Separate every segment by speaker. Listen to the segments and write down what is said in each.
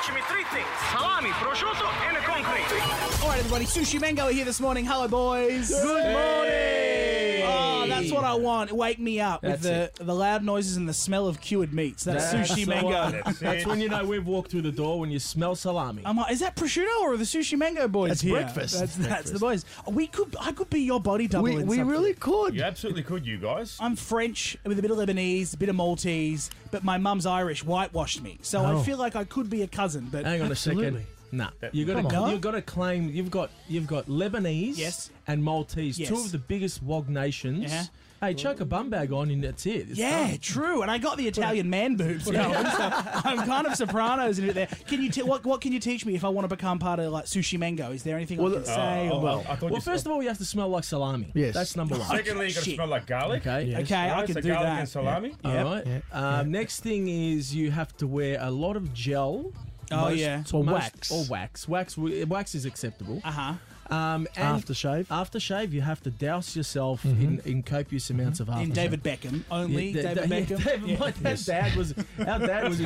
Speaker 1: things salami, prosciutto, and concrete.
Speaker 2: All right, everybody. Sushi Mango here this morning. Hello, boys.
Speaker 3: Good morning.
Speaker 2: Oh, that's what I want. Wake me up
Speaker 3: That's
Speaker 2: with the, the loud noises and the smell of cured meats. That's,
Speaker 3: That's
Speaker 2: sushi
Speaker 3: the
Speaker 2: mango.
Speaker 3: one. That's when you know we've walked through the door when you smell salami.
Speaker 2: I'm like, is that prosciutto or are the sushi mango boys
Speaker 3: That's
Speaker 2: here?
Speaker 3: breakfast.
Speaker 2: That's, that's the boys. We could, I could be your body double.
Speaker 3: we
Speaker 2: in
Speaker 3: we
Speaker 2: something.
Speaker 3: really could.
Speaker 4: You absolutely could, you guys.
Speaker 2: I'm French with a bit of Lebanese, a bit of Maltese, but my mum's Irish, whitewashed me, so I
Speaker 3: Oh.
Speaker 2: feel like I could be a cousin. But
Speaker 3: Hang on a
Speaker 5: Absolutely.
Speaker 3: second. Nah, you got
Speaker 2: Come
Speaker 3: to
Speaker 2: on.
Speaker 3: you got to claim you've got you've got Lebanese
Speaker 2: Yes.
Speaker 3: and Maltese, two
Speaker 2: Yes.
Speaker 3: of the biggest wog nations.
Speaker 2: Yeah.
Speaker 3: Hey, chuck a bum bag on and that's it. It's
Speaker 2: yeah,
Speaker 3: done.
Speaker 2: true. And I got the Italian man boobs. going, so I'm kind of Sopranos in it there. Can you te- what what can you teach me if I want to become part of like sushi mango? Is there anything I can say?
Speaker 4: Oh,
Speaker 2: or-
Speaker 4: I thought
Speaker 3: Well,
Speaker 4: you
Speaker 3: first of all, you have to smell like salami.
Speaker 5: Yes.
Speaker 3: that's number one.
Speaker 4: Secondly, you got to
Speaker 2: Shit.
Speaker 4: smell like garlic.
Speaker 3: Okay.
Speaker 5: Yeah.
Speaker 2: okay, I
Speaker 4: Right,
Speaker 2: can
Speaker 4: so
Speaker 2: do
Speaker 4: garlic
Speaker 2: that.
Speaker 4: and salami.
Speaker 2: Yep.
Speaker 3: All right.
Speaker 5: Yeah.
Speaker 3: Um, Next thing is you have to wear a lot of gel.
Speaker 2: Oh, yeah. Or
Speaker 3: or wax
Speaker 2: wax.
Speaker 3: or wax. Wax w- wax is acceptable.
Speaker 2: Uh huh.
Speaker 3: Um, and
Speaker 5: Aftershave.
Speaker 3: after shave, you have to douse yourself
Speaker 5: Mm-hmm.
Speaker 3: in, in copious amounts of aftershave.
Speaker 2: In David Beckham only.
Speaker 3: Yeah,
Speaker 2: David
Speaker 3: Da-
Speaker 2: Beckham.
Speaker 3: yeah, David,
Speaker 2: Yeah.
Speaker 3: my dad's dad was our dad was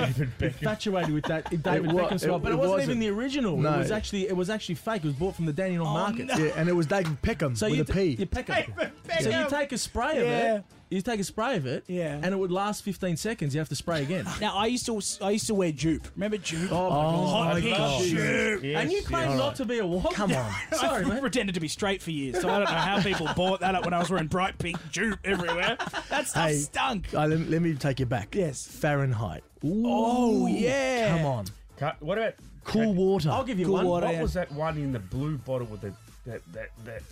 Speaker 3: infatuated with that David
Speaker 5: wa-
Speaker 3: Beckham smell,
Speaker 5: it-
Speaker 3: but it,
Speaker 5: it
Speaker 3: wasn't, even
Speaker 5: wasn't.
Speaker 3: the original. It
Speaker 5: No.
Speaker 3: was actually it was actually fake. It was bought from the Dandenong market.
Speaker 2: Oh, no.
Speaker 5: Yeah, and it was David Peckham
Speaker 3: So
Speaker 5: with
Speaker 3: you
Speaker 5: a P.
Speaker 3: you pick it. So you take a spray of
Speaker 2: Yeah.
Speaker 3: it. You take a spray of it,
Speaker 2: Yeah.
Speaker 3: and it would last 15 seconds. You have to spray again.
Speaker 2: Now I used to I used to wear jupe. Remember jupe?
Speaker 3: Oh,
Speaker 2: Hot
Speaker 3: my
Speaker 2: pink
Speaker 3: God.
Speaker 2: jupe.
Speaker 4: Yes,
Speaker 3: and you claim
Speaker 4: yes.
Speaker 3: not to be a wog. Come on, sorry,
Speaker 2: I
Speaker 3: man.
Speaker 2: pretended to be straight for years, so I don't know how people bought that up when I was wearing bright pink jupe everywhere. That stuff
Speaker 5: Hey.
Speaker 2: stunk.
Speaker 5: Uh, let, me- let me take you back.
Speaker 2: Yes.
Speaker 5: Fahrenheit.
Speaker 2: Oh yeah.
Speaker 5: Come on.
Speaker 4: Ca- What about
Speaker 5: Cool water.
Speaker 3: I'll give you
Speaker 2: Cool
Speaker 3: one.
Speaker 2: water.
Speaker 4: what
Speaker 2: yeah.
Speaker 4: was that one in the blue bottle with the that that that?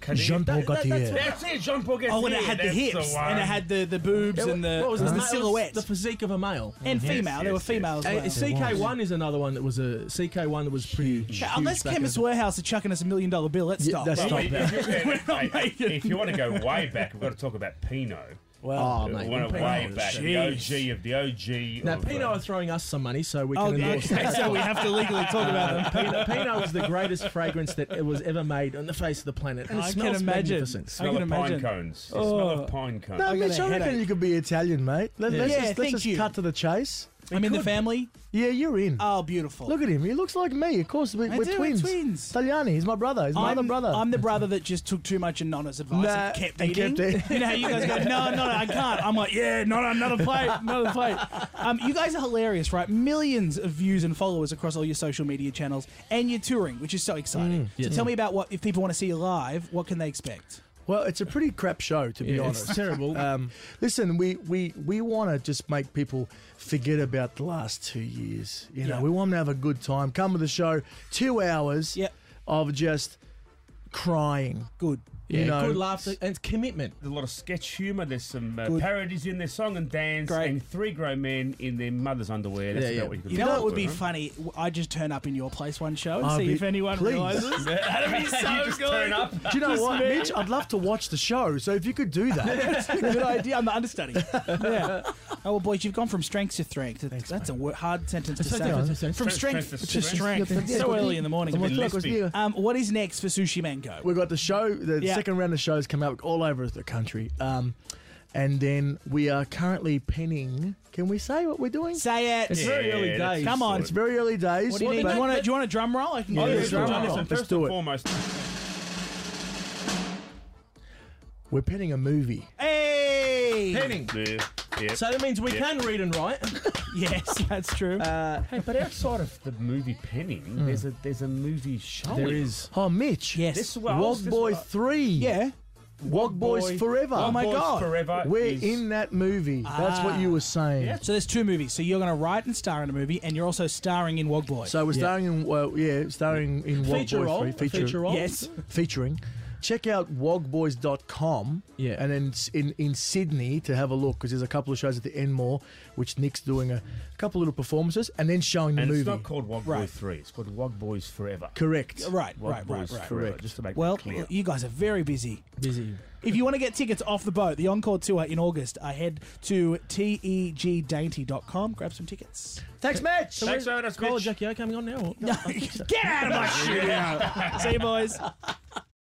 Speaker 4: Can you-
Speaker 5: Jean Paul
Speaker 3: That- that- that's
Speaker 5: Gaultier.
Speaker 3: what-
Speaker 4: That's it, Jean Paul.
Speaker 2: Oh, and it had the hips, and it had the, the boobs, and the,
Speaker 3: what was it?
Speaker 2: and
Speaker 3: It
Speaker 2: the
Speaker 3: was
Speaker 2: silhouette,
Speaker 3: the physique of a male.
Speaker 2: and
Speaker 4: Yes,
Speaker 2: female. there were
Speaker 4: yes,
Speaker 2: females.
Speaker 3: Uh, CK1 is another one that was a CK1 that was pretty. huge
Speaker 2: Unless
Speaker 3: back in
Speaker 2: Chemist
Speaker 3: the-
Speaker 2: Warehouse are chucking us a million dollar bill, let's
Speaker 5: Yeah,
Speaker 2: stop.
Speaker 5: that's- Stop
Speaker 4: If,
Speaker 5: that.
Speaker 4: you-
Speaker 2: We're not
Speaker 4: hey, hey,
Speaker 2: making-
Speaker 4: if you want to go way back, we've got to talk about Pinot.
Speaker 3: Well,
Speaker 5: Oh,
Speaker 4: We
Speaker 5: mate,
Speaker 4: want to
Speaker 3: Pinot
Speaker 4: way
Speaker 3: is
Speaker 4: back. The
Speaker 2: jeez.
Speaker 4: OG of the OG.
Speaker 3: Now,
Speaker 4: of, uh,
Speaker 3: Pino are throwing us some money, so we
Speaker 2: Oh,
Speaker 3: can endorse
Speaker 2: okay, so we have to legally talk about them.
Speaker 3: Pino, Pino is the greatest fragrance that it was ever made on the face of the planet, and it
Speaker 2: I can
Speaker 3: smells
Speaker 2: imagine.
Speaker 3: magnificent.
Speaker 2: I
Speaker 4: smell
Speaker 2: can
Speaker 4: of pine
Speaker 2: imagine. Oh.
Speaker 4: cones. The smell of pine cones.
Speaker 5: No,
Speaker 2: I got
Speaker 5: Mitch,
Speaker 2: a
Speaker 5: I reckon
Speaker 2: headache.
Speaker 5: you could be Italian, mate. Let, us
Speaker 2: Yeah,
Speaker 5: just,
Speaker 2: thank
Speaker 5: let's just
Speaker 2: you.
Speaker 5: cut to the chase.
Speaker 2: I'm in the family.
Speaker 5: Yeah, you're in.
Speaker 2: Oh, beautiful.
Speaker 5: Look at him. He looks like me. Of course, we,
Speaker 2: I
Speaker 5: we're
Speaker 2: do, we're
Speaker 5: twins.
Speaker 2: twins.
Speaker 5: Italiani. He's my brother. He's my
Speaker 2: I'm,
Speaker 5: other brother.
Speaker 2: I'm the brother that just took too much Nonna's advice
Speaker 5: Nah,
Speaker 2: and kept
Speaker 5: and
Speaker 2: eating.
Speaker 5: kept eating.
Speaker 2: you know how you guys go, no, no, I can't. I'm like, yeah, no, no, another plate, another plate. Um, you guys are hilarious, right? Millions of views and followers across all your social media channels, and you're touring, which is so exciting.
Speaker 5: Mm,
Speaker 2: so tell me about what if people want to see you live, what can they expect?
Speaker 5: well, it's a pretty crap show, to be
Speaker 3: Yeah,
Speaker 5: honest.
Speaker 3: it's terrible.
Speaker 5: Um, listen, we we, we want to just make people forget about the last two years. You know,
Speaker 2: Yeah.
Speaker 5: we want them to have a good time. Come to the show, two hours
Speaker 2: Yep.
Speaker 5: of just crying.
Speaker 2: Good.
Speaker 3: yeah,
Speaker 5: you know,
Speaker 3: good laughter and commitment.
Speaker 4: There's a lot of sketch humour. There's some uh,
Speaker 2: Good.
Speaker 4: parodies in their song and dance,
Speaker 2: Great.
Speaker 4: and three grown men in their mother's underwear. That's
Speaker 3: Yeah,
Speaker 4: about
Speaker 3: yeah.
Speaker 4: what you could
Speaker 2: You
Speaker 4: do.
Speaker 2: know what would be
Speaker 4: Huh?
Speaker 2: funny? I just turn up in your place one show and
Speaker 5: I'll
Speaker 2: see
Speaker 5: be-
Speaker 2: if anyone
Speaker 5: please.
Speaker 2: realizes. That'd be so
Speaker 4: You just turn up.
Speaker 5: Do you know what, Mitch? I'd love to watch the show. So if you could do that,
Speaker 2: Good idea. I'm the understudy. yeah. Oh well, boys, you've gone from strength to strength. that's a wo- hard sentence to
Speaker 3: Strength
Speaker 2: say.
Speaker 3: to strength.
Speaker 2: From
Speaker 4: Strength
Speaker 2: strength
Speaker 4: to
Speaker 2: to strength. It's so early in the
Speaker 4: bit
Speaker 2: morning.
Speaker 4: late. lispy.
Speaker 2: Um, what is next for Sushi Mango?
Speaker 5: We've got the show, the
Speaker 2: Yeah.
Speaker 5: second round of shows coming up all over the country. Um, and then we are currently penning. Can we say what we're doing?
Speaker 2: Say it.
Speaker 3: It's very early
Speaker 4: that's Oh,
Speaker 3: days.
Speaker 2: Come on.
Speaker 5: It's very early days.
Speaker 2: What do you need?
Speaker 5: but-
Speaker 2: Do you want a, do you want a drum roll? I can
Speaker 5: Yeah,
Speaker 2: give you a
Speaker 5: let's
Speaker 2: drum
Speaker 5: do it.
Speaker 2: roll.
Speaker 4: Listen,
Speaker 5: Let's
Speaker 4: first
Speaker 5: do
Speaker 4: and
Speaker 5: it.
Speaker 4: foremost,
Speaker 5: We're penning a movie.
Speaker 2: Hey.
Speaker 3: Penning.
Speaker 4: yeah, yeah.
Speaker 3: So that means we
Speaker 4: Yeah.
Speaker 3: can read and write.
Speaker 2: Yes, that's true.
Speaker 3: Uh,
Speaker 4: Hey, but outside of the movie penning,
Speaker 2: Hmm.
Speaker 4: there's a there's a movie showing.
Speaker 3: there is.
Speaker 5: Oh, Mitch.
Speaker 2: yes.
Speaker 4: This one,
Speaker 5: Wog Boy 3.
Speaker 2: yeah.
Speaker 5: Wog Boys
Speaker 3: Boy.
Speaker 5: Forever.
Speaker 2: Oh, my
Speaker 4: Boys
Speaker 2: God.
Speaker 4: Forever.
Speaker 5: We're
Speaker 4: is-
Speaker 5: in that movie. That's what you were saying.
Speaker 4: Yeah.
Speaker 2: So there's two movies. So you're going to write and star in a movie, and you're also starring in Wog Boy.
Speaker 5: So we're starring in, well, yeah, starring in Wog
Speaker 3: Feature
Speaker 5: Boy
Speaker 3: role.
Speaker 5: 3.
Speaker 3: Feature, role.
Speaker 2: yes.
Speaker 5: featuring. Check out wogboys.com
Speaker 3: Yeah.
Speaker 5: and then s- in, in Sydney to have a look because there's a couple of shows at the Enmore, which Nick's doing a, couple little performances and then showing the
Speaker 4: and
Speaker 5: movie.
Speaker 4: it's not called Wog Boy
Speaker 2: Right.
Speaker 4: Three. It's called Wog Boys Forever.
Speaker 5: Correct.
Speaker 2: Right,
Speaker 4: Wog
Speaker 2: right, right,
Speaker 4: Boys
Speaker 2: right.
Speaker 4: Forever.
Speaker 5: correct.
Speaker 4: Just to make
Speaker 2: Well,
Speaker 4: that clear.
Speaker 2: you guys are very busy.
Speaker 3: Busy.
Speaker 2: If you want to get tickets off the boat, the Encore Tour in August, I head to E tegdainty.com, grab some tickets.
Speaker 5: Thanks, Mitch.
Speaker 4: Thanks, Otis.
Speaker 3: Call
Speaker 4: Mitch.
Speaker 3: Jackie O coming on now. Or?
Speaker 2: Get out of my shit! See you, boys.